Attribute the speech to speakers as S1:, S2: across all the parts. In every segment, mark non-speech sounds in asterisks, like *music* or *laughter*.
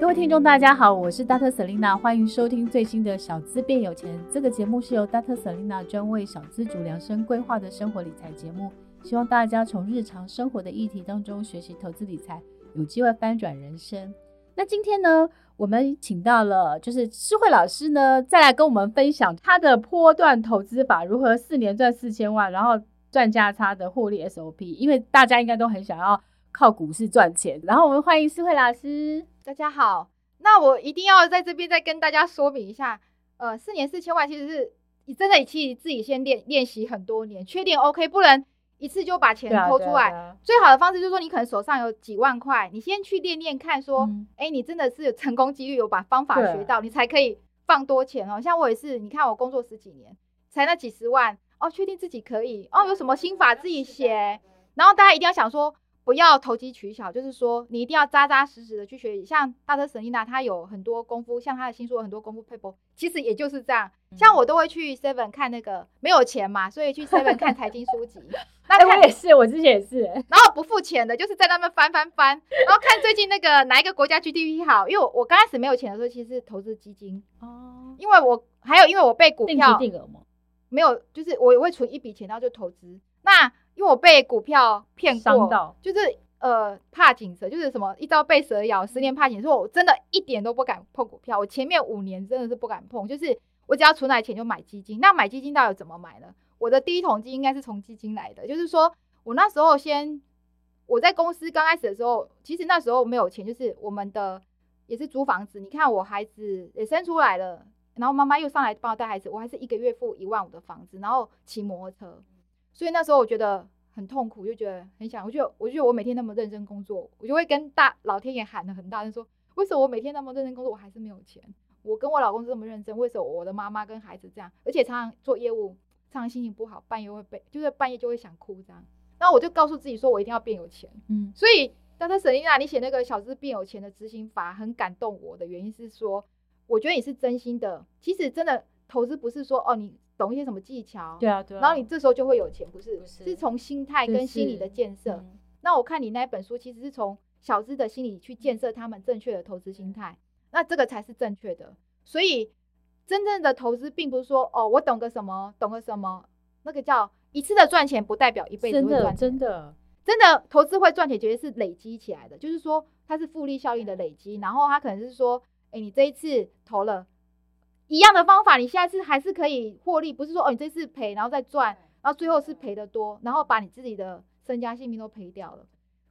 S1: 各位听众，大家好，我是 Dr. Selina，欢迎收听最新的《小资变有钱》。这个节目是由 Dr. Selina 专为小资主量身规划的生活理财节目，希望大家从日常生活的议题当中学习投资理财，有机会翻转人生。那今天呢，我们请到了就是诗慧老师呢，再来跟我们分享他的波段投资法，如何四年赚四千万，然后赚价差的获利 SOP。因为大家应该都很想要靠股市赚钱，然后我们欢迎诗慧老师。
S2: 大家好，那我一定要在这边再跟大家说明一下，呃，四年四千万其实是你真的其实自己先练练习很多年，缺点 OK，不能一次就把钱
S1: 对啊
S2: 抠出
S1: 对啊
S2: 来。
S1: 对啊
S2: 最好的方式就是说，你可能手上有几万块，你先去练练看，说
S1: 嗯，
S2: 哎、你真的是有成功几率有把方法
S1: 对
S2: 学到，你才可以放多钱哦。像我也是，你看我工作十几年，才那几十万哦，确定自己可以哦，有什么心法自己写。然后大家一定要想说，不要投机取巧，就是说你一定要扎扎实实的去学习。像大特神丽娜，她有很多功夫，像她的新书有很多功夫 paper，其实也就是这样。像我都会去 Seven 看那个没有钱嘛，所以去 Seven 看财经书籍。
S1: *laughs*
S2: 那
S1: 哎、
S2: 看
S1: 我也是，我之前也是、哎
S2: 然后不付钱的，就是在那边翻翻翻，然后看最近那个哪一个国家 GDP 好。因为我我刚开始没有钱的时候，其实是投资基金，
S1: *laughs* 哦，
S2: 因为我还有因为我被股
S1: 定期
S2: 票
S1: 定额嘛，
S2: 没有，就是我也会存一笔钱，然后就投资。那因为我被股票骗
S1: 伤
S2: 过，
S1: 到
S2: 就是呃怕井蛇，就是什么一朝被蛇咬，十年怕井蛇。我真的一点都不敢碰股票，我前面五年真的是不敢碰，就是我只要存来钱就买基金。那买基金到底怎么买呢？我的第一桶金应该是从基金来的，就是说我那时候先我在公司刚开始的时候，其实那时候没有钱，就是我们的也是租房子。你看我孩子也生出来了，然后妈妈又上来帮我带孩子，我还是一个月付一万五的房子，然后骑摩托车，所以那时候我觉得很痛苦，就觉得很想，我就我就觉得我每天那么认真工作，我就会跟大老天爷喊的很大声说，为什么我每天那么认真工作，我还是没有钱？我跟我老公这么认真，为什么我的妈妈跟孩子这样？而且常常做业务，常常心情不好，半夜会被，就是半夜就会想哭这样。然后我就告诉自己说，我一定要变有钱。
S1: 嗯，
S2: 所以当时沈丽娜，你写那个小资变有钱的执行法很感动我的原因是说，我觉得你是真心的。其实真的投资不是说哦，你懂一些什么技巧，
S1: 对啊对啊。
S2: 哦然后你这时候就会有钱，不是？
S1: 不是
S2: 是从心态
S1: 就
S2: 跟心理
S1: 是
S2: 的建设。
S1: 嗯
S2: 那我看你那本书其实是从小资的心理去建设他们正确的投资心态，那这个才是正确的。所以真正的投资并不是说哦，我懂个什么，懂个什么，那个叫一次的赚钱不代表一辈子
S1: 真
S2: 会赚
S1: 的
S2: 钱。
S1: 真的，
S2: 真的投资会赚钱，绝对是累积起来的，就是说它是复利效应的累积。然后它可能是说，哎、你这一次投了一样的方法，你下一次还是可以获利，不是说哦你这次赔然后再赚，然后最后是赔的多，然后把你自己的身家性命都赔掉了。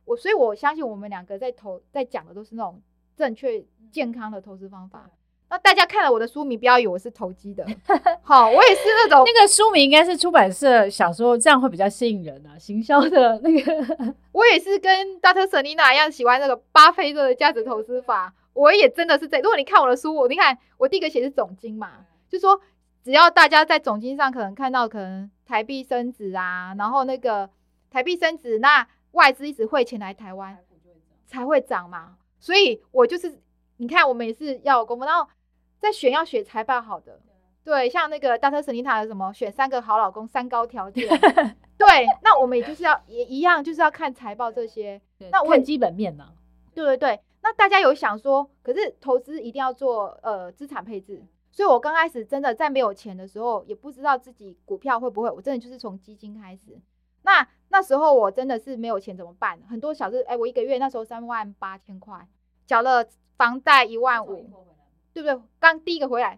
S2: 我所以我相信我们两个在投在讲的都是那种正确健康的投资方法。那大家看了我的书名，不要以为我是投机的， *laughs* 好，我也是那种
S1: *laughs* 那个书名应该是出版社想说这样会比较吸引人啊，行销的那个
S2: 我也是跟 Dr. Selina 一样喜欢那个巴菲特的价值投资法，我也真的是在。如果你看我的书，我你看我第一个写是总金嘛，就说只要大家在总金上可能看到可能台币升值啊，然后那个台币升值，那外资一直汇钱来台湾才会涨嘛。所以我就是你看我们也是要有功夫，然后在选要选财报好的，对，像那个 Dr. Selina 的什么选三个好老公三高条件。对，那我们也就是要也一样，就是要看财报这些。 *laughs* 那我也
S1: 看基本面啊呢、
S2: 对对对，那大家有想说，可是投资一定要做呃资产配置，所以我刚开始真的在没有钱的时候，也不知道自己股票会不会，我真的就是从基金开始。那那时候我真的是没有钱怎么办？很多小事，哎，我一个月那时候三万八千块，缴了房贷一万五，对不对？刚第一个回来，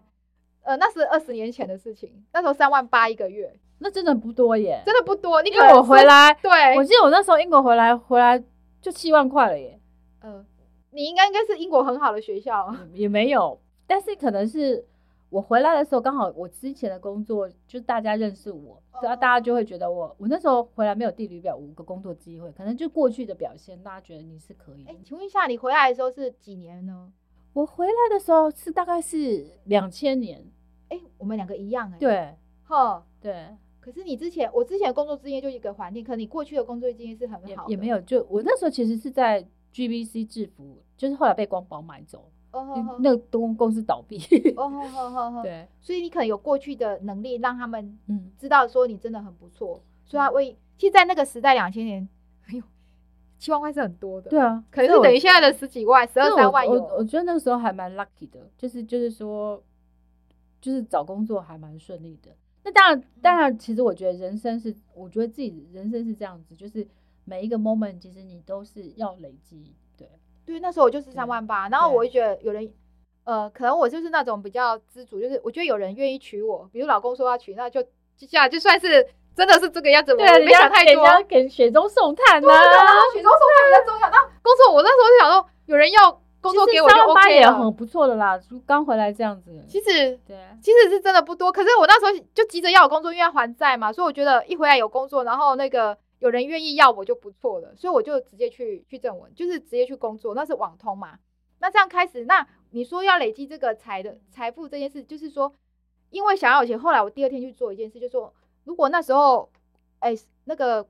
S2: 呃，那是二十年前的事情，那时候三万八一个月，
S1: 那真的不多耶。
S2: 真的哎不多。你
S1: 因
S2: 可
S1: 为
S2: 能
S1: 我回
S2: 是， *laughs*
S1: 来，
S2: 对，
S1: 我记得我那时候英国回来回来就七万块了耶，
S2: 呃，你应该应该是英国很好的学校，哦
S1: 也没有，但是可能是我回来的时候刚好我之前的工作就是大家认识我，所以
S2: 哦
S1: 大家就会觉得我我那时候回来没有地履表五个工作机会，可能就过去的表现大家觉得你是可以的
S2: 哎、。请问一下，你回来的时候是几年呢？
S1: 我回来的时候是大概是两千年，
S2: 哎、我们两个一样哎、，
S1: 对
S2: 呵，
S1: 对，
S2: 可是你之前，我之前的工作经验就一个环境，可你过去的工作经验是很
S1: 也
S2: 好的，
S1: 也没有，就我那时候其实是在 GBC 制服，就是后来被光宝买走，
S2: 哦，
S1: 就
S2: 呵呵
S1: 嗯那个东公司倒闭，
S2: 哦呵呵呵呵，
S1: *laughs* 对，
S2: 所以你可能有过去的能力，让他们
S1: 嗯，
S2: 知道说你真的很不错，所以他为，其实，在那个时代，两千年，哎呦，七万块是很多的，
S1: 对，啊，
S2: 可是
S1: 所以我
S2: 等于现在的十几万、十二
S1: 所以
S2: 三
S1: 我
S2: 万
S1: 我
S2: 有，
S1: 我觉得那个时候还蛮 lucky 的，就是就是说，就是找工作还蛮顺利的。那当然，当
S2: 嗯
S1: 然，其实我觉得人生是，我觉得自己人生是这样子，就是每一个 moment，其实你都是要累积，对，
S2: 对，那时候我就是
S1: 对
S2: 三万八，然后
S1: 对
S2: 我就觉得有人。呃，可能我就是那种比较知足，就是我觉得有人愿意娶我，比如老公说要娶，那就接下来就算是真的是这个样子，我
S1: 对，
S2: 啊
S1: 啊
S2: 没想太多，啊
S1: 给雪中送炭啊呐、
S2: 然后雪中送炭比较重要。那工作我那时候就想说，有人要工作给我就
S1: 三万八
S2: OK
S1: 也很
S2: 了。
S1: 不错的啦，就刚回来这样子。
S2: 其实
S1: 对，啊
S2: 其实是真的不多，可是我那时候就急着要有工作，因为要还债嘛，所以我觉得一回来有工作，然后那个有人愿意要我就不错了，所以我就直接去去正文，就是直接去工作，那是网通嘛。那这样开始，那你说要累积这个财的财富这件事，就是说，因为想要有钱，后来我第二天去做一件事，就说如果那时候，哎、那个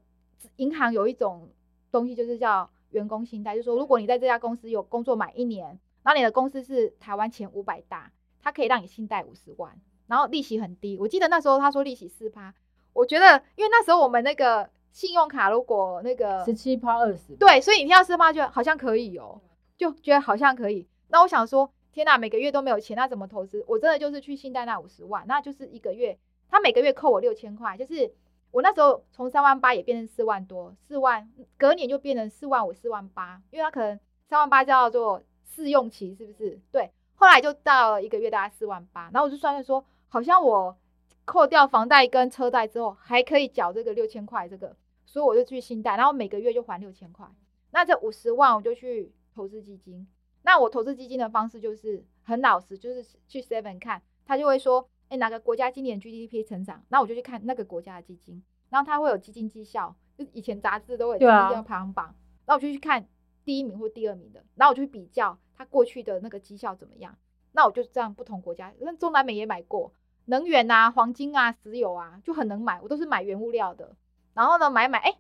S2: 银行有一种东西，就是叫员工薪待，就说如果你在这家公司有工作满一年，然后你的公司是台湾前五百大，它可以让你信贷五十万，然后利息很低。我记得那时候他说利息四趴，我觉得因为那时候我们那个信用卡如果那个
S1: 十七趴二十，
S2: 对，所以你听到四趴，觉得好像可以哦，就觉得好像可以。那我想说，天哪，每个月都没有钱，那怎么投资？我真的就是去信贷那五十万，那就是一个月，他每个月扣我六千块，就是我那时候从三万八也变成四万多，四万隔年就变成四万五、四万八，因为他可能三万八叫做试用期，是不是？对，后来就到了一个月大概四万八，然后我就算算说，好像我扣掉房贷跟车贷之后，还可以缴这个六千块这个，所以我就去信贷，然后每个月就还六千块。那这五十万我就去投资基金。那我投资基金的方式就是很老实，就是去 Seven 看，他就会说，哎，哪个国家今年 GDP 成长，那我就去看那个国家的基金，然后它会有基金绩效，就以前杂志都会有基
S1: 对
S2: 金
S1: 啊
S2: 绩效排行榜，那我就去看第一名或第二名的，然后我就去比较它过去的那个绩效怎么样。那我就这样不同国家，那中南美也买过能源啊、黄金啊、石油啊，就很能买，我都是买原物料的。然后呢，买一买，哎、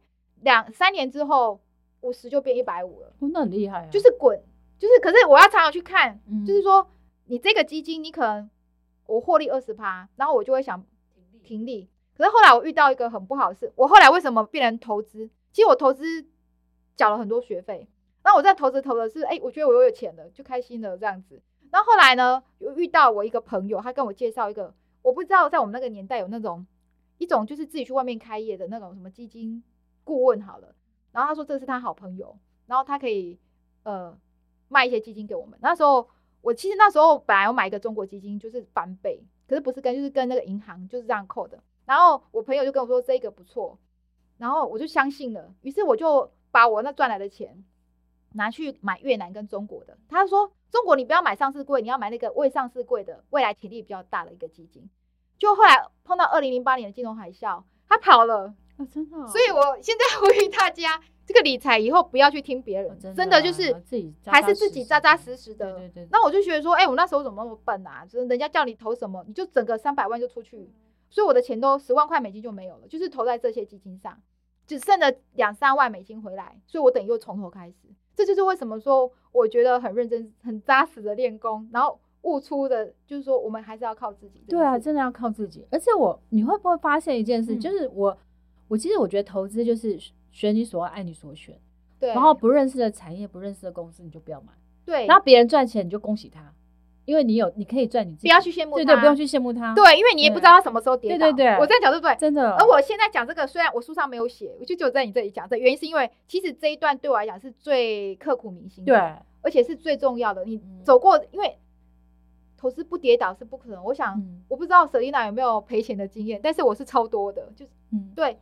S2: 两三年之后五十就变一百五了，
S1: 哦，那很厉害啊。
S2: 就是滚，就是可是我要常常去看，
S1: 嗯
S2: 就是说你这个基金你可能我获利二十趴，然后我就会想停利。可是后来我遇到一个很不好的事，我后来为什么变成投资？其实我投资缴了很多学费，那我在投资投的是，哎、我觉得我有钱了，就开心了这样子。然后后来呢，有遇到我一个朋友，他跟我介绍一个，我不知道在我们那个年代有那种一种就是自己去外面开业的那种什么基金顾问好了。然后他说这是他好朋友，然后他可以呃卖一些基金给我们。那时候我其实那时候本来我买一个中国基金就是翻倍，可是不是跟就是跟那个银行就是这样扣的。然后我朋友就跟我说这个不错，然后我就相信了，于是我就把我那赚来的钱拿去买越南跟中国的。他说中国你不要买上市贵，你要买那个未上市贵的，未来潜力比较大的一个基金。就后来碰到二零零八年的金融海啸，他跑了，
S1: 啊，真的哦、
S2: 所以我现在呼吁大家，这个理财以后不要去听别人，
S1: 哦
S2: 真
S1: 真
S2: 的
S1: 的
S2: 就
S1: 啊
S2: 是
S1: 自己扎
S2: 还
S1: 扎
S2: 是
S1: 实
S2: 自己
S1: 实
S2: 扎扎
S1: 的
S2: 实实
S1: 对
S2: 的。
S1: 对对，
S2: 那我就觉得说，哎、我那时候怎么那么笨啊？就是人家叫你投什么，你就整个三百万就出去，所以我的钱都十万块美金就没有了，就是投在这些基金上，只剩了两三万美金回来，所以我等于又从头开始。这就是为什么说我觉得很认真、很扎实的练功，然后悟出的，就是说我们还是要靠自己。
S1: 对啊，真的要靠自己。而且我，你会不会发现一件事，
S2: 嗯
S1: 就是我，我其实我觉得投资就是选你所爱，爱你所选，
S2: 对。
S1: 然后不认识的产业、不认识的公司你就不要买，
S2: 对，
S1: 然后别人赚钱你就恭喜他，因为你有，你可以赚你自己，
S2: 不要去羡慕
S1: 对对，
S2: 他
S1: 不用去羡慕他，，
S2: 对，因为你也不
S1: 对
S2: 知道他什么时候跌
S1: 对
S2: 倒。
S1: 对对
S2: 我这样讲对不对？
S1: 真的。
S2: 而我现在讲这个，虽然我书上没有写，我就只有在你这里讲。这原因是因为，其实这一段对我来讲是最刻骨铭心的，
S1: 对，
S2: 而且是最重要的。你
S1: 嗯
S2: 走过，因为投资不跌倒是不可能。我想，
S1: 嗯
S2: 我不知道 Selina 有没有赔钱的经验，但是我是超多的，就是
S1: 嗯，
S2: 对，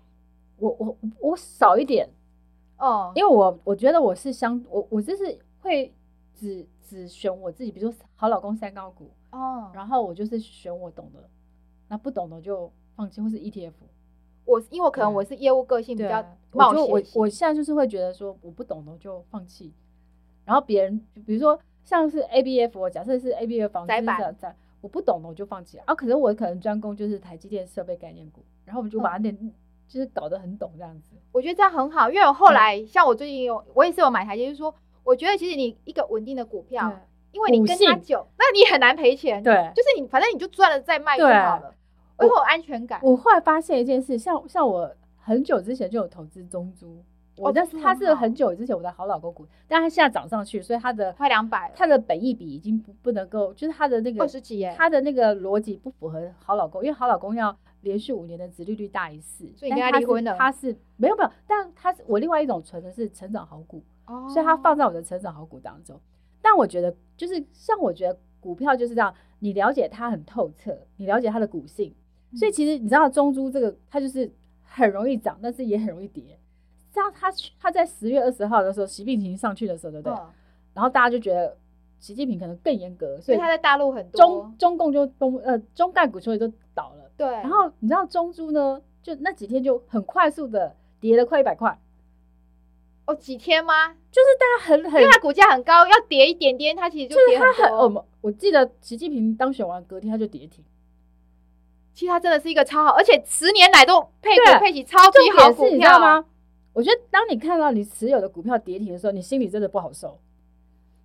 S1: 我我我少一点，
S2: 嗯，
S1: 因为我我觉得我是相我我就是会只只选我自己，比如说好老公三高股，
S2: 哦，
S1: 然后我就是选我懂的，那不懂的就放弃，或是 E ETF。
S2: 我因为我可能我是业务个性比
S1: 对
S2: 较
S1: 啊，
S2: 冒
S1: 我就我
S2: 险性，
S1: 我现在就是会觉得说我不懂的就放弃，然后别人比如说像是 ABF，我假设是 ABF 纺织
S2: 窄板
S1: 的，在我不懂的我就放弃啊。可是我可能专攻就是台积电设备概念股，然后我就
S2: 嗯
S1: 把它练、就是搞得很懂这样子。
S2: 我觉得这样很好，因为我后来、像我最近有我也是有买台阶，就是说我觉得其实你一个稳定的股票，因为你
S1: 股
S2: 跟它
S1: 性
S2: 久，那你很难赔钱，，
S1: 对，
S2: 就是你反正你就赚了再卖就
S1: 对啊
S2: 好了，而且有安全感。
S1: 我后来发现一件事，像像我很久之前就有投资中珠，我
S2: 哦
S1: 那
S2: 中
S1: 是
S2: 珠
S1: 它
S2: 很
S1: 是
S2: 好
S1: 很久之前我的好老公股，但它现在涨上去，所以它的
S2: 快200了
S1: 它的本益比已经不不能够，就是它的那个
S2: 20几耶
S1: 它的那个逻辑不符合好老公，因为好老公要连续五年的殖利率大于四，
S2: 所以
S1: 但
S2: 你跟他
S1: 它
S2: 离
S1: 是
S2: 婚了
S1: 它是没有没有，但它是我另外一种存的是成长好股，
S2: 哦
S1: 所以它放在我的成长好股当中。但我觉得，就是像我觉得股票就是这样，你了解它很透彻，你了解它的股性，
S2: 嗯
S1: 所以其实你知道中珠这个，它就是很容易涨，但是也很容易跌。像它它在十月二十号的时候，习近平上去的时候，对不对？
S2: 嗯
S1: 然后大家就觉得习近平可能更严格，所
S2: 所
S1: 以
S2: 以它在大陆很多
S1: 中，中共就中呃中概股所以就倒了。
S2: 对，
S1: 然后你知道中珠呢，就那几天就很快速的跌了快一百块，
S2: 哦几天吗？
S1: 就是大家很很
S2: 因为它股价很高，要跌一点点，它其实就跌
S1: 他很，
S2: 很
S1: 呃我
S2: 多。
S1: 们我记得习近平当选完隔天他就跌停，
S2: 其实它真的是一个超好，而且十年来都配
S1: 对啊
S2: 股配起超
S1: 重
S2: 级好
S1: 点
S2: 股
S1: 是你知
S2: 票
S1: 道？吗？我觉得当你看到你持有的股票跌停的时候，你心里真的不好受。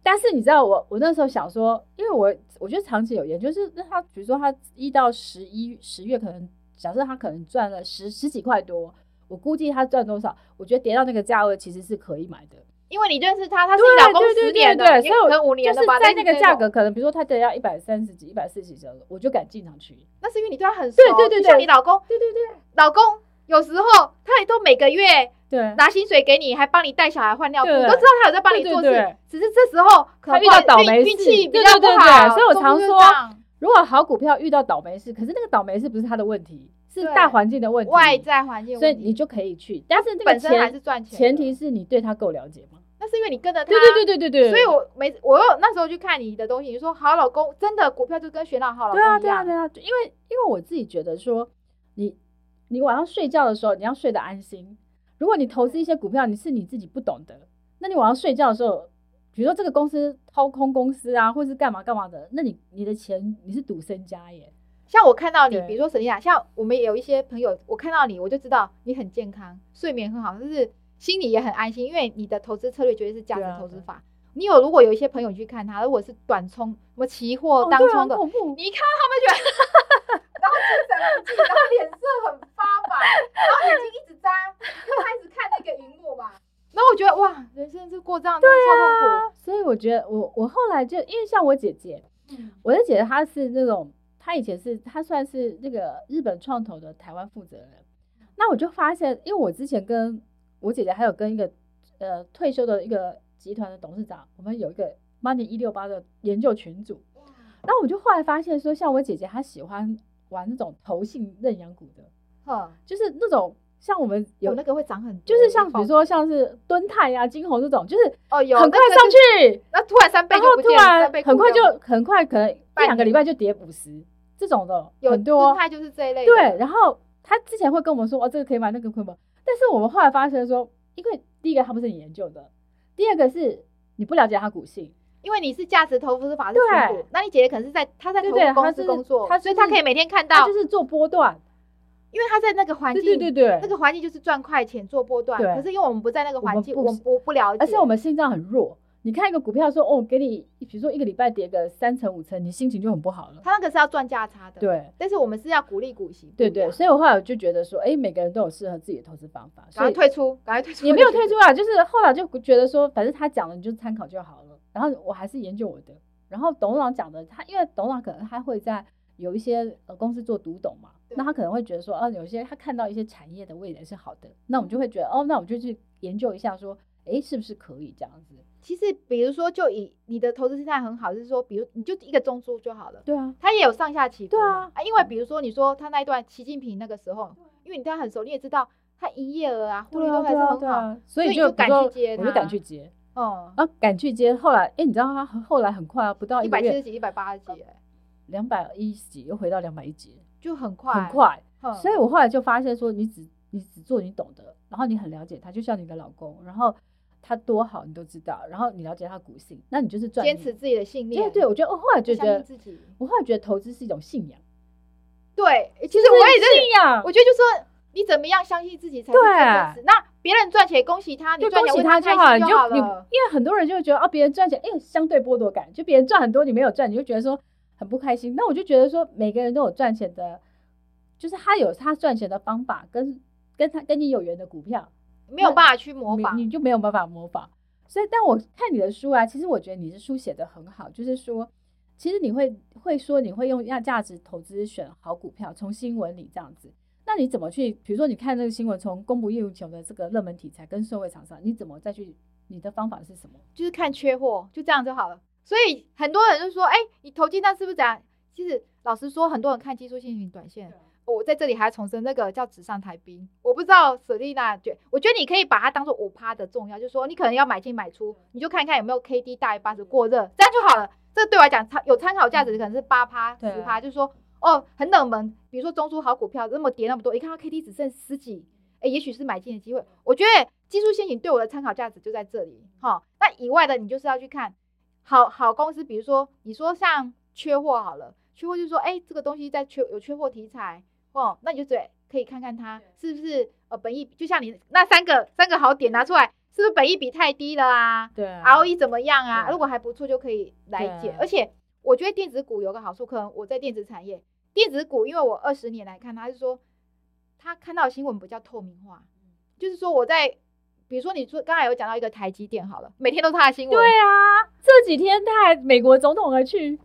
S1: 但是你知道我，我那时候想说，因为我我觉得长期有研究，就是那他比如说他一到十一十月可能，假设他可能赚了十十几块多，我估计他赚多少，我觉得跌到那个价位其实是可以买的。
S2: 因为你认识它，它是
S1: 对
S2: 你老公
S1: 对对
S2: 十
S1: 对
S2: 年的，
S1: 对，
S2: 也
S1: 所以
S2: 可
S1: 我
S2: 能五年
S1: 就是
S2: 的吧，
S1: 在
S2: 类
S1: 那
S2: 似
S1: 个
S2: 这
S1: 价
S2: 种
S1: 格，可能比如说他跌到一百三十几、一百四十几的，我就敢进场去。
S2: 那是因为你对他很熟，
S1: 对对对
S2: 就像
S1: 对
S2: 你老公，
S1: 对对对
S2: 老公有时候他也都每个月
S1: 对，
S2: 拿薪水给你，还帮你带小孩换尿布，
S1: 对
S2: 都知道他有在帮你
S1: 对
S2: 做
S1: 对
S2: 事
S1: 对，
S2: 只是这时候可能
S1: 他遇到
S2: 不好意思
S1: 倒霉
S2: 运运气
S1: 事
S2: 比较不
S1: 对对对
S2: 好，
S1: 所以我
S2: 总
S1: 常
S2: 共就
S1: 说
S2: 这样
S1: 如果好股票遇到倒霉事，可是那个倒霉事不是他的问题，是
S2: 对
S1: 大环境的问题，
S2: 外在环境有
S1: 所以
S2: 问题，
S1: 你就可以去。但是那个
S2: 本身还是
S1: 前
S2: 赚钱的，
S1: 前提是你对他够了解吗？
S2: 那是因为你跟着他，
S1: 对对对对对对，
S2: 所以我每次我有那时候去看你的东西，你说好老公，真的股票就跟选到好老公
S1: 对啊对啊对
S2: 啊，
S1: 啊，就因为因为我自己觉得说，你你晚上睡觉的时候你要睡得安心。如果你投资一些股票，你是你自己不懂的，那你晚上睡觉的时候，比如说这个公司掏空公司啊，或是干嘛干嘛的，那你你的钱你是赌身家耶。
S2: 像我看到你
S1: 对，
S2: 比如说沈丽雅，像我们也有一些朋友，我看到你，我就知道你很健康，睡眠很好，就是心里也很安心，因为你的投资策略绝对是价值
S1: 对啊
S2: 投资
S1: 对
S2: 法。你有如果有一些朋友去看他，如果是短冲什么期货、哦当
S1: 对啊
S2: 冲
S1: 很
S2: 的，
S1: 恐怖，
S2: 你一看到他们觉得，然后精神不济，然后脸色很发白，然后眼睛一直眨，因为他一直看那个荧
S1: *laughs*
S2: 幕嘛。然后我觉得哇，人生就过这样，真的
S1: 所以我觉得我我后来就因为像我姐姐，
S2: 超痛苦。
S1: 我的姐姐她是那种，她以前是她算是那个日本创投的台湾负责人。
S2: 嗯
S1: 那我就发现，因为我之前跟我姐姐还有跟一个呃退休的一个集团的董事长，我们有一个 Money 一六八的研究群组。那我就后来发现说，像我姐姐她喜欢玩那种投信认养股的，
S2: 哼，
S1: 就是那种像我们有
S2: 有哦那个会长很多，
S1: 啊就是像比如
S2: 哦
S1: 说像是敦泰啊、金鸿这种，就是
S2: 哦有
S1: 很快
S2: 那个
S1: 上去，
S2: 那突然三倍
S1: 然
S2: 就
S1: 后
S2: 不
S1: 突
S2: 见了，
S1: 然
S2: 三倍
S1: 很快
S2: 股票
S1: 就很快，可能一
S2: 半
S1: 两个礼
S2: 年
S1: 拜就跌五十这种的，
S2: 有
S1: 很多
S2: 动。态就是这一类的，
S1: 对，然后他之前会跟我们说，哦，这个可以买，那个可以买。但是我们后来发现说，因为第一个他不是你研究的，第二个是你不了解他股性，
S2: 因为你是价值投资法是
S1: 对
S2: 持股，那你姐姐可能是在她在
S1: 对
S2: 投
S1: 对
S2: 资
S1: 她
S2: 公
S1: 就
S2: 司
S1: 是
S2: 工作，
S1: 她
S2: 所以
S1: 就是
S2: 她可以每天看
S1: 他
S2: 到
S1: 就，是做波段。
S2: 因为她在那个环
S1: 对
S2: 境，
S1: 对对对
S2: 那，个环境就是赚快钱做波段，
S1: 对
S2: 可是因为我们不在那个环境，
S1: 我
S2: 我
S1: 们
S2: 们不不了解，
S1: 而且我们心脏很弱。你看一个股票说，哦，给你，比如说一个礼拜跌个三成五成，你心情就很不好了。
S2: 她那个是要赚价差的，，
S1: 对
S2: 但是我们是要鼓励股息，
S1: 对
S2: 不一样
S1: 对，，所以我后来我就觉得说，哎，每个人都有适合自己的投资方法，
S2: 赶
S1: 所
S2: 快
S1: 以
S2: 退出，赶快退 *laughs* 出，
S1: 也没有退出啊，就是后来就觉得说，反正他讲了你就参考就好了。然后我还是研究我的。然后董事长讲的，他因为董事长可能他会在有一些呃公司做独董嘛，
S2: 对
S1: 那他可能会觉得说，啊，有些他看到一些产业的未来是好的，那我们就会觉得，哦，那我就去研究一下说，哎，是不是可以这样子？
S2: 其实比如说，就以你的投资心态很好，就是说，比如你就一个中珠就好了，
S1: 对啊，
S2: 它也有上下起伏
S1: 对
S2: 嘛
S1: 啊
S2: 因为比如说你说他那一段习近平那个时候，因为你对他很熟，你也知道他营业额啊、获利
S1: 对
S2: 都
S1: 啊，
S2: 还是
S1: 对啊，
S2: 很
S1: 对
S2: 好，
S1: 啊，所以
S2: 所以
S1: 就
S2: 你就敢
S1: 比如说
S2: 去接
S1: 我就
S2: 它
S1: 敢去接，
S2: 嗯，
S1: 啊，敢去接。后来，哎，你知道他后来很快啊，不到
S2: 一
S1: 一
S2: 百
S1: 个
S2: 七十
S1: 月，
S2: 几、一百八十几，哎
S1: 两百一十几又回到两百一几，
S2: 就很快，
S1: 很，快。
S2: 嗯、
S1: 所以我后来就发现说，你只你只做你懂得，然后你很了解他，就像你的老公，然后他多好你都知道，然后你了解他的股性，那你就是赚
S2: 坚持
S1: 你。
S2: 自己的信念，
S1: 对对，我觉得我后来就觉
S2: 相
S1: 得
S2: 信自己，
S1: 我后来觉得投资是一种信仰，
S2: 对，其实我也
S1: 信
S2: 是，
S1: 仰
S2: 我。觉得就说你怎么样相信自己才是最真实。那别人赚钱恭喜他，你
S1: 就
S2: 赚
S1: 恭
S2: 钱
S1: 喜
S2: 为
S1: 他
S2: 他
S1: 就
S2: 开
S1: 好，你
S2: 心
S1: 就
S2: 就好
S1: 你，因
S2: 了。
S1: 为很多人就会觉得啊，别人赚钱，哎、相对剥夺感，就别人赚很多，你没有赚，你就觉得说很不开心。那我就觉得说，每个人都有赚钱的，就是他有他赚钱的方法，跟跟他跟你有缘的股票，
S2: 没有办法去模
S1: 你
S2: 仿，
S1: 你就没有办法模仿。所以，但我看你的书啊，其实我觉得你的书写的很好，就是说，其实你会会说你会用亚价值投资选好股票，从新闻里这样子。那你怎么去？比如说，你看那个新闻，从供不应求的这个热门题材跟社会厂商，你怎么再去？你的方法是什么？
S2: 就是看缺货，就这样就好了。所以很多人就说，哎、你投进那是不是这样？其实老实说，很多人看技术性型短线。我在这里还要重申，那个叫纸上谈兵。我不知道舍利娜觉，我觉得你可以把它当做五趴的重要，就是说你可能要买进买出，你就看看有没有 K D 大于八十过热，这样就好了。这对我来讲，参有参考价值可能是八趴、
S1: 对
S2: 十趴，就是说哦，很冷门，比如说中珠好股票那么跌那么多，一看到 K D 只剩十几，哎，也许是买进的机会。我觉得技术陷阱对我的参考价值就在这里哈。那以外的，你就是要去看好好公司，比如说你说像缺货好了，缺货就是说，哎，这个东西在缺有缺货题材哦，那你就得可以看看它是不是呃本益，就像你那三个三个好点拿出来，是不是本益比太低了啊？
S1: 对啊
S2: ROE 怎么样啊？
S1: 对
S2: 如果还不错，就可以来
S1: 对
S2: 解
S1: 啊。
S2: 而且我觉得电子股有个好处，可能我在电子产业，电子股因为我二十年来看，它是说他看到的新闻比较透明化，
S1: 嗯
S2: 就是说我在比如说你说刚才有讲到一个台积电好了，每天都是他的新闻，
S1: 对啊，这几天他还美国总统还去，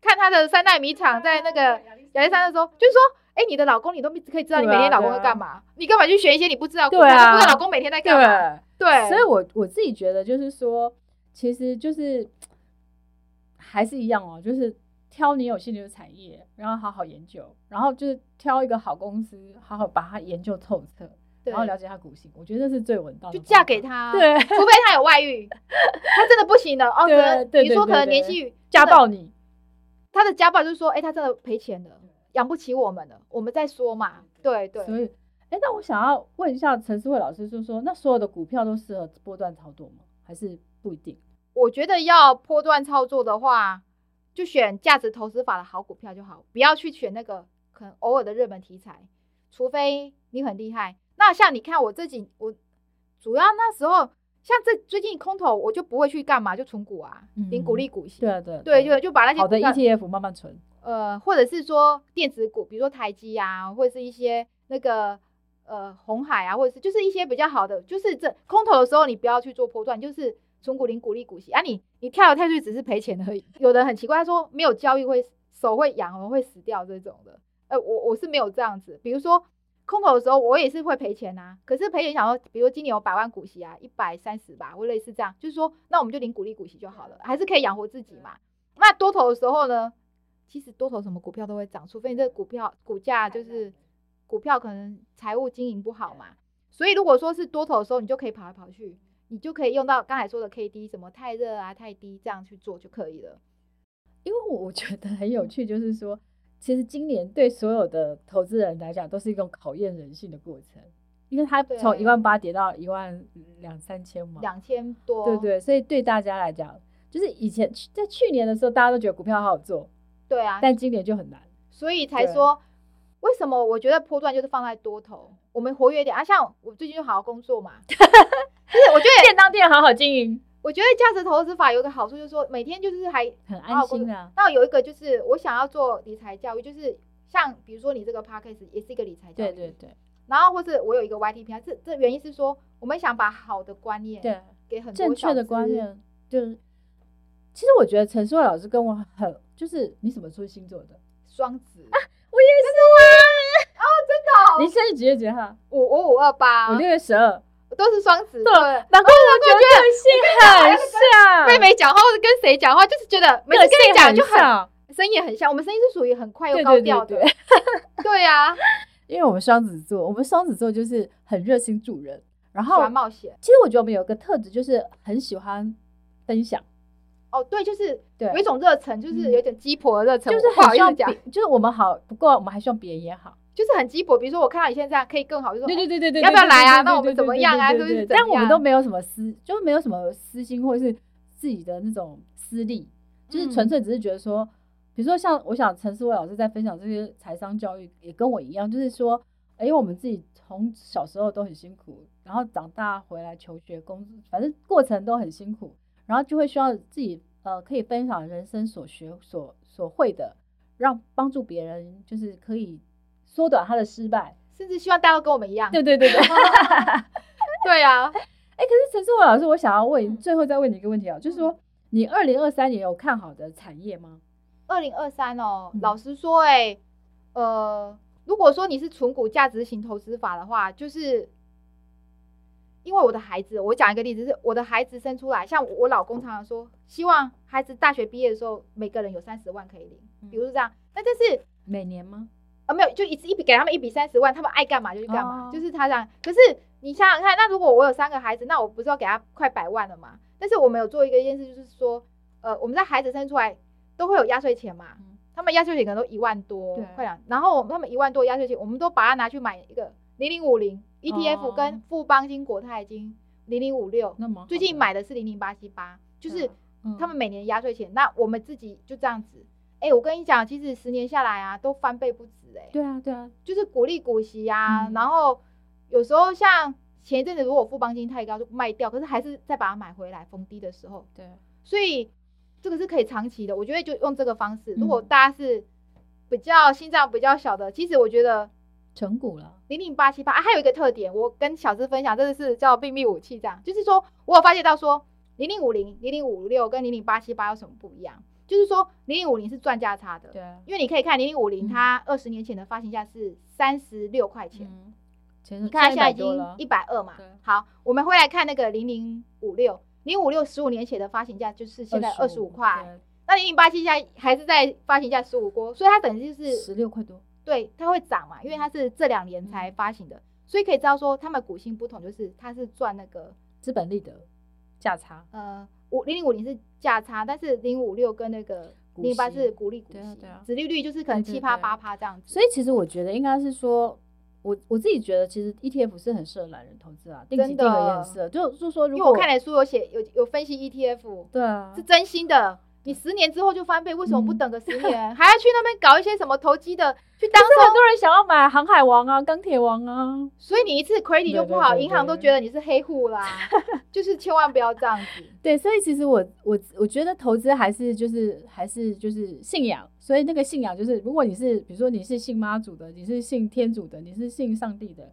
S2: 看他的三纳米厂在那个亚历山大州，就是说。哎、你的老公你都可以知道你
S1: 对啊
S2: 每天老公在干嘛，你干嘛去学一些你不知道的股票？
S1: 对啊
S2: 你不知道老公每天在干嘛？
S1: 对，
S2: 对，
S1: 所以我我自己觉得就是说，其实就是还是一样哦，就是挑你有兴趣的产业，然后好好研究，然后就是挑一个好公司，好好把它研究透彻，然后
S2: 对
S1: 了解它股性，我觉得这是最稳当的
S2: 就
S1: 方法。
S2: 嫁给他，
S1: 对
S2: *laughs* 除非他有
S1: *laughs*
S2: 外遇，他真的不行了哦。
S1: 对
S2: 可能
S1: 对
S2: 你
S1: 对
S2: 说
S1: 对
S2: 可能
S1: 对
S2: 年薪与
S1: 家，暴你，
S2: 他的家暴就是说，哎，他真的赔钱了，养不起我们了，我们再说嘛。对对，
S1: 所以。哎，那我想要问一下陈思慧老师，就是说，那所有的股票都适合波段操作吗？还是不一定？
S2: 我觉得要波段操作的话，就选价值投资法的好股票就好，不要去选那个可能偶尔的热门题材，除非你很厉害。那像你看我这几，我主要那时候像这最近空头，我就不会去干嘛，就存股啊，领股利股
S1: 嗯
S2: 息。
S1: 对啊，对啊，
S2: 对，
S1: 啊
S2: 就就把那些
S1: 好的
S2: 股票
S1: ETF 慢慢存，
S2: 呃，或者是说电子股，比如说台积啊，或者是一些那个呃红海啊，或者是就是一些比较好的，就是这空头的时候你不要去做波段，就是存股零股利股息啊你，你跳来跳去只是赔钱而已。有的人很奇怪，他说没有交易会手会痒哦，会死掉这种的。呃，我我是没有这样子，比如说空头的时候我也是会赔钱呐、可是赔钱想说，比如说今年有百万股息啊，一百三十吧，或类似这样，就是说那我们就领股利股息就好了，还是可以养活自己嘛。那多头的时候呢，其实多头什么股票都会涨，除非你这股票股价
S1: 哎
S2: 就是股票可能财务经营不好嘛。所以如果说是多头的时候，你就可以跑来跑去，你就可以用到刚才说的 K D 什么太热啊、太低这样去做就可以了。
S1: 因为我我觉得很
S2: 嗯
S1: 有趣，就是说，其实今年对所有的投资人来讲，都是一种考验人性的过程，因为它从
S2: 对
S1: 一万八跌到一万两三千嘛，
S2: 两千多，
S1: 对对，所以对大家来讲，就是以前在去年的时候，大家都觉得股票好好做，
S2: 对啊，
S1: 但今年就很难。
S2: 所以才
S1: 对
S2: 说为什么我觉得波段就是放在多头，我们活跃一点啊。像我最近就好好工
S1: *laughs*
S2: 作嘛，就是我觉得
S1: 便当店好好经营，
S2: 我觉得价值投资法有一个好处，就是说每天就是还
S1: 很
S2: 好
S1: 安
S2: 好工
S1: 心
S2: 作
S1: 啊。
S2: 那有一个就是我想要做理财教育，就是像比如说你这个 podcast 也是一个理财教
S1: 对
S2: 育，
S1: 对。对
S2: 然后或是我有一个 YT 频道，啊这这原因是说我们想把好的观念
S1: 对，
S2: 给很多
S1: 正确
S2: 小
S1: 的
S2: 资
S1: 观，念就是，其实我觉得陈淑慧老师跟我很，就是你什么出星座的？
S2: 双子，
S1: 我也是啊，
S2: *laughs* 真的哦
S1: 你生日几月几号？
S2: 五五五二八，
S1: 我六月十二。
S2: 都是双子
S1: 对啊
S2: 座。
S1: 难怪我觉得个性很像，
S2: 妹妹讲话或者跟谁讲话，就是觉得每次跟你讲就
S1: 个性
S2: 很
S1: 像，
S2: 声音也很像，我们声音是属于很快又
S1: 对
S2: 高
S1: 对
S2: 调
S1: 对
S2: 的。
S1: 对， *laughs*
S2: 对啊呀，
S1: 因为我们双子座，我们双子座就是很热心助人，然
S2: 喜
S1: 后
S2: 欢冒险。
S1: 其实我觉得我们有个特质就是很喜欢分享，
S2: 哦，对，就是
S1: 对
S2: 有一种热忱，就是
S1: 嗯
S2: 有点鸡婆的热忱，
S1: 就是
S2: 我不好
S1: 很
S2: 意
S1: 希
S2: 思
S1: 望
S2: 讲，
S1: 别，就是我们好，不过我们还希望别人也好。
S2: 就是很鸡婆。比如说我看到你现在这样，可以更好，就说
S1: 对对对对对，
S2: 要不要
S1: 对
S2: 来啊
S1: 对对
S2: 那我
S1: 对
S2: 们
S1: 对
S2: 怎么样啊
S1: 对
S2: 就
S1: 对
S2: 是
S1: 对
S2: 怎
S1: 但我们
S2: 样
S1: 都没有什么私，就没有什么私心或是自己的那种私利，就是纯
S2: 嗯
S1: 粹只是觉得说，比如说像我想陈思伟老师在分享这些财商教育，也跟我一样，就是说，哎，我们自己从小时候都很辛苦，然后长大回来求学工作，反正过程都很辛苦，然后就会需要自己呃可以分享人生所学所所会的，让帮助别人，就是可以缩短他的失败。
S2: 甚至希望大家都跟我们一样。
S1: 对对对对。
S2: 对啊，
S1: 哎、可是陈思伟老师，我想要问，你，
S2: 嗯
S1: 最后再问你一个问题啊，就是说，你二零二三年有看好的产业吗？
S2: 二零二三哦
S1: 嗯，
S2: 老实说、哎，呃，如果说你是纯股价值型投资法的话，就是因为我的孩子，我讲一个例子，是我的孩子生出来，像我老公常常说，希望孩子大学毕业的时候，每个人有三十万可以领，比如这样。那但是
S1: 每年吗？
S2: 啊，没有，就一次一笔给他们一笔三十万，他们爱干嘛就去干嘛，
S1: 哦
S2: 就是他这样。可是你想想看，那如果我有三个孩子，那我不是要给他快百万了嘛？但是我们有做一个一件事，就是说，呃，我们在孩子生出来都会有压岁钱嘛，
S1: 嗯
S2: 他们压岁钱可能都一万多
S1: 对，
S2: 快两，然后他们一万多压岁钱，我们都把它拿去买一个零零五零 ETF
S1: 哦
S2: 跟富邦金、国泰金零零五六，
S1: 那么嗯
S2: 最近买的是零零八七八，就是。
S1: 啊
S2: 他们每年压岁钱，那我们自己就这样子。哎、我跟你讲，其实十年下来啊，都翻倍不止哎、
S1: 对啊对啊，
S2: 就是鼓励股息啊，
S1: 嗯
S2: 然后有时候像前一阵子，如果富邦金太高就卖掉，可是还是再把它买回来，逢低的时候，
S1: 对，
S2: 所以这个是可以长期的。我觉得就用这个方式。
S1: 嗯
S2: 如果大家是比较心脏比较小的，其实我觉得
S1: 成股了，
S2: 零零八七八啊，还有一个特点，我跟小资分享，这个是叫秘密武器，这样就是说我有发现到说零零五零、零零五六跟零零八七八有什么不一样，就是说零零五零是赚价差的，
S1: 对啊，
S2: 因为你可以看零零
S1: 嗯
S2: 五零，它二十年前的发行价是三十六块钱，
S1: 嗯，钱
S2: 你看它现在已
S1: 多
S2: 经
S1: 了
S2: 一，百二嘛
S1: 对。
S2: 好，我们回来看那个零零五六，零五六十五年前的发行价就是现在二十五块，那零零八七现在还是在发行价十五锅，所以它等于就
S1: 对，
S2: 是
S1: 十六块多，
S2: 对它会涨嘛，因为它是这两年才
S1: 嗯
S2: 发行的，所以可以知道说它们股性不同，就是它是赚那个
S1: 资本利得价差，
S2: 呃五零零五零是价差，但是零五六跟那个
S1: 股
S2: 零八
S1: 息
S2: 是股利股
S1: 对啊
S2: 息
S1: 对啊，
S2: 殖利率就是可能
S1: 对对
S2: 七趴
S1: 对
S2: 八趴这样子。
S1: 所以其实我觉得应该是说。我我自己觉得，其实 ETF 是很适合懒人投资啊，定期定
S2: 真的
S1: 额也很适合。就就是说，如
S2: 因为
S1: 果
S2: 我看的书有写有有分析 ETF，
S1: 对啊
S2: 是，真心的。你十年之后就翻倍，为什么不
S1: 嗯
S2: 等个十年，
S1: *laughs*
S2: 还要去那边搞一些什么投机的，去当
S1: 是
S2: 做？
S1: 很多人想要买航海王啊、钢铁王啊，
S2: 所以你一次 credit 就不好，
S1: 对对对
S2: 银行都觉得你是黑
S1: *laughs*
S2: 户啦，就是千万不要这样子。
S1: 对，所以其实我我我觉得投资还是就是还是就是信仰，所以那个信仰就是，如果你是比如说你是信妈祖的，你是信天主的，你是信上帝的，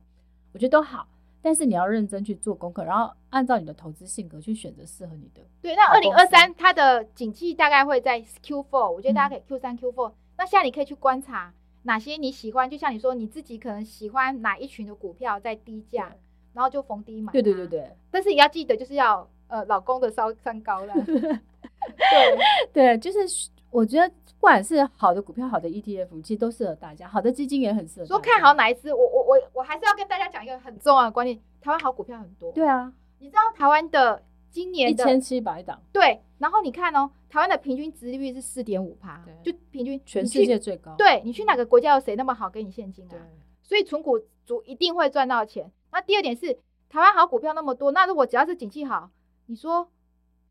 S1: 我觉得都好，但是你要认真去做功课，然后按照你的投资性格去选择适合你的。
S2: 对，那
S1: 好
S2: 二
S1: 公
S2: 零
S1: 司
S2: 二三它的景气大概会在 Q four，我觉得大
S1: 嗯
S2: 家可以 Q 三 Q four。那现在你可以去观察哪些你喜欢，就像你说你自己可能喜欢哪一群的股票在低价
S1: 对，
S2: 然后就逢低买。
S1: 对对对。对
S2: 但是也要记得，就是要呃老公的烧上高
S1: *laughs*
S2: 了。对。
S1: 对，就是我觉得不管是好的股票、好的 ETF，其实都适合大家，好的基金也很适合大 *laughs*
S2: 说
S1: 家。
S2: 看好哪一只，我我我我还是要跟大家讲一个很重要的观念：台湾好股票很多。
S1: 对，啊，
S2: 你知道台湾的今
S1: 一
S2: 年的
S1: 千七百档，
S2: 对，然后你看哦，台湾的平均值利率是四点五趴，
S1: 对
S2: 就平均
S1: 全
S2: 你
S1: 世界
S2: 去
S1: 最高。
S2: 对你去哪个国家有谁那么好给你现金
S1: 对
S2: 啊？所以纯股族一定会赚到钱。那第二点是，台湾好股票那么多，那如果只要是景气好，你说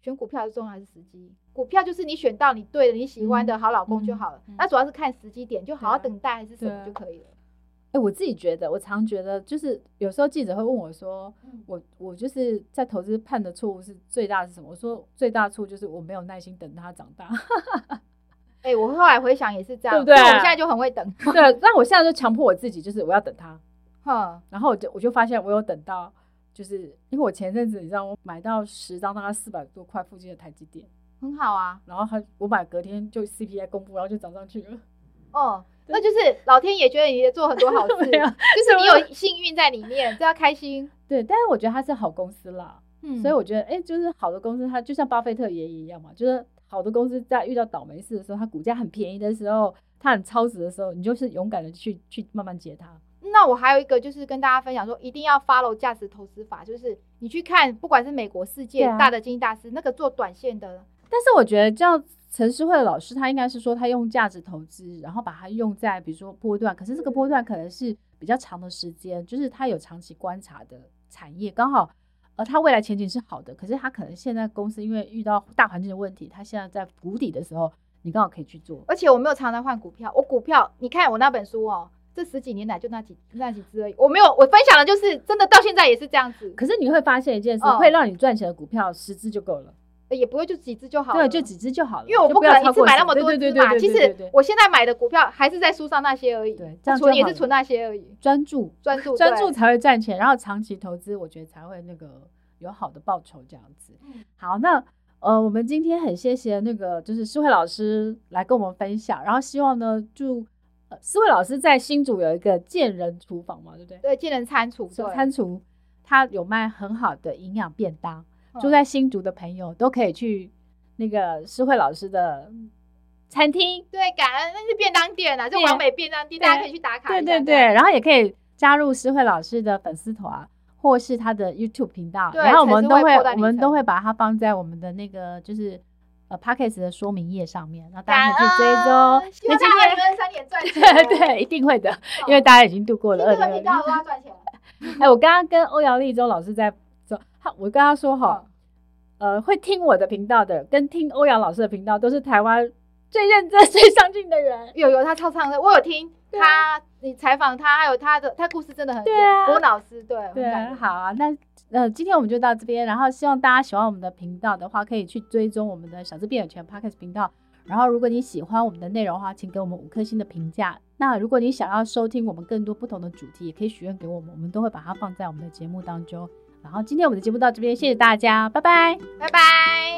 S2: 选股票是重要还是时机？股票就是你选到你对的、你喜欢的
S1: 嗯
S2: 好老公就
S1: 嗯
S2: 好了。
S1: 嗯
S2: 那主要是看时机点，就好好
S1: 对啊
S2: 等待还是什
S1: 对
S2: 么
S1: 啊
S2: 就可以了。
S1: 哎、我自己觉得，我常觉得就是有时候记者会问我说，
S2: 嗯
S1: 我我就是在投资判的错误是最大的是什么？我说最大错误就是我没有耐心等它长大。 *laughs*
S2: 哎、我后来回想也是这样，啊
S1: 对不对啊
S2: 所以我现在就很会等，
S1: 对，啊那我现在就强迫我自己，就是我要等它。
S2: 哼，
S1: 然后我就我就发现我有等到，就是因为我前阵子你知道我买到十张大概四百多块附近的台积电，
S2: 很好啊，
S1: 然后它我买隔天就 CPI 公布，然后就涨上去了。 *laughs*
S2: 哦，那就是老天爷觉得你做很多好事，
S1: 没有
S2: 哦就是你有幸运在里面，这要开心。
S1: 啊对，但是我觉得它是好公司啦，
S2: 嗯，
S1: 所以我觉得，哎、就是好的公司，它就像巴菲特爷爷一样嘛，就是好的公司在遇到倒霉事的时候，它股价很便宜的时候，它很超值的时候，你就是勇敢的去去慢慢接它。
S2: 那我还有一个就是跟大家分享说，一定要 follow 价值投资法，就是你去看，不管是美国、世界
S1: 对啊
S2: 大的经济大师，那个做短线的，
S1: 但是我觉得，这样陈诗慧老师，他应该是说他用价值投资，然后把它用在比如说波段，可是这个波段可能是比较长的时间，就是他有长期观察的产业，刚好呃他未来前景是好的，可是他可能现在公司因为遇到大环境的问题，他现在在谷底的时候，你刚好可以去做。
S2: 而且我没有常常换股票，我股票你看我那本书哦，这十几年来就那几那几只而已，我没有我分享的就是真的到现在也是这样子，
S1: 可是你会发现一件事，
S2: 哦
S1: 会让你赚钱的股票十只就够了，
S2: 也不会就几只就好了，
S1: 对，就几只就好了，
S2: 因为我
S1: 就不
S2: 不可
S1: 要
S2: 能一
S1: 超
S2: 次
S1: 过
S2: 买
S1: 十
S2: 那么
S1: 对
S2: 多
S1: 对
S2: 只
S1: 对
S2: 嘛。
S1: 对
S2: 其
S1: 对对
S2: 实
S1: 对
S2: 我现在买的股票还是在书上那些而已，
S1: 对这
S2: 我
S1: 样
S2: 存
S1: 就
S2: 也
S1: 好
S2: 是
S1: 了
S2: 存那些而已，
S1: 专注
S2: 专注
S1: 专注
S2: 对
S1: 才会赚钱，然后长期投资，我觉得才会那个有好的报酬这样子
S2: 嗯。
S1: 好，那呃，我们今天很谢谢那个就是思慧老师来跟我们分享，然后希望呢，祝呃思慧老师在新竹有一个健人厨房嘛，对不对？
S2: 对，见人餐厨，
S1: 小
S2: 对
S1: 餐厨，他有卖很好的营养便当，
S2: 嗯
S1: 住在新竹的朋友都可以去那个思慧老师的餐厅。
S2: 对，感恩那是便当店啊，就
S1: 对
S2: 完美便当店，
S1: 对
S2: 大家可以去打卡
S1: 对
S2: 一下。
S1: 对对，然后也可以加入诗慧老师的粉丝团，或是他的 YouTube 频道，
S2: 对
S1: 然后我们
S2: 陈诗
S1: 都
S2: 慧
S1: 会
S2: 破蛋
S1: 我们
S2: 里
S1: 都
S2: 程
S1: 会把它放在我们的那个就是呃 Pockets 的说明页上面，那大
S2: 感
S1: 家可以去追踪哦
S2: 恩，。希
S1: 那
S2: 望
S1: 今
S2: 大
S1: 天
S2: 家二零二三
S1: *laughs*
S2: 年赚钱哦。
S1: 对对，一定会的，
S2: 好，
S1: 因为大家已经度过了
S2: 听
S1: 二
S2: 这
S1: 零
S2: 个
S1: 二
S2: 频道都要赚钱。
S1: 哎，我刚刚跟欧阳立中老师在说，他我跟他说哈，呃，会听我的频道的，跟听欧阳老师的频道都是台湾最认真、 *laughs* 最上进的人。
S2: 有有，他超唱的，我有听
S1: 对啊
S2: 他，你采访他，还有他的，他故事真的很
S1: 对啊
S2: 郭老师，对很
S1: 对
S2: 感，人
S1: 好啊，那呃，今天我们就到这边，然后希望大家喜欢我们的频道的话，可以去追踪我们的小资变有权 Podcast 频道。然后，如果你喜欢我们的内容的话，请给我们五颗星的评价。那如果你想要收听我们更多不同的主题，也可以许愿给我们，我们都会把它放在我们的节目当中。然后，今天我们的节目到这边，谢谢大家，拜拜。
S2: 拜拜。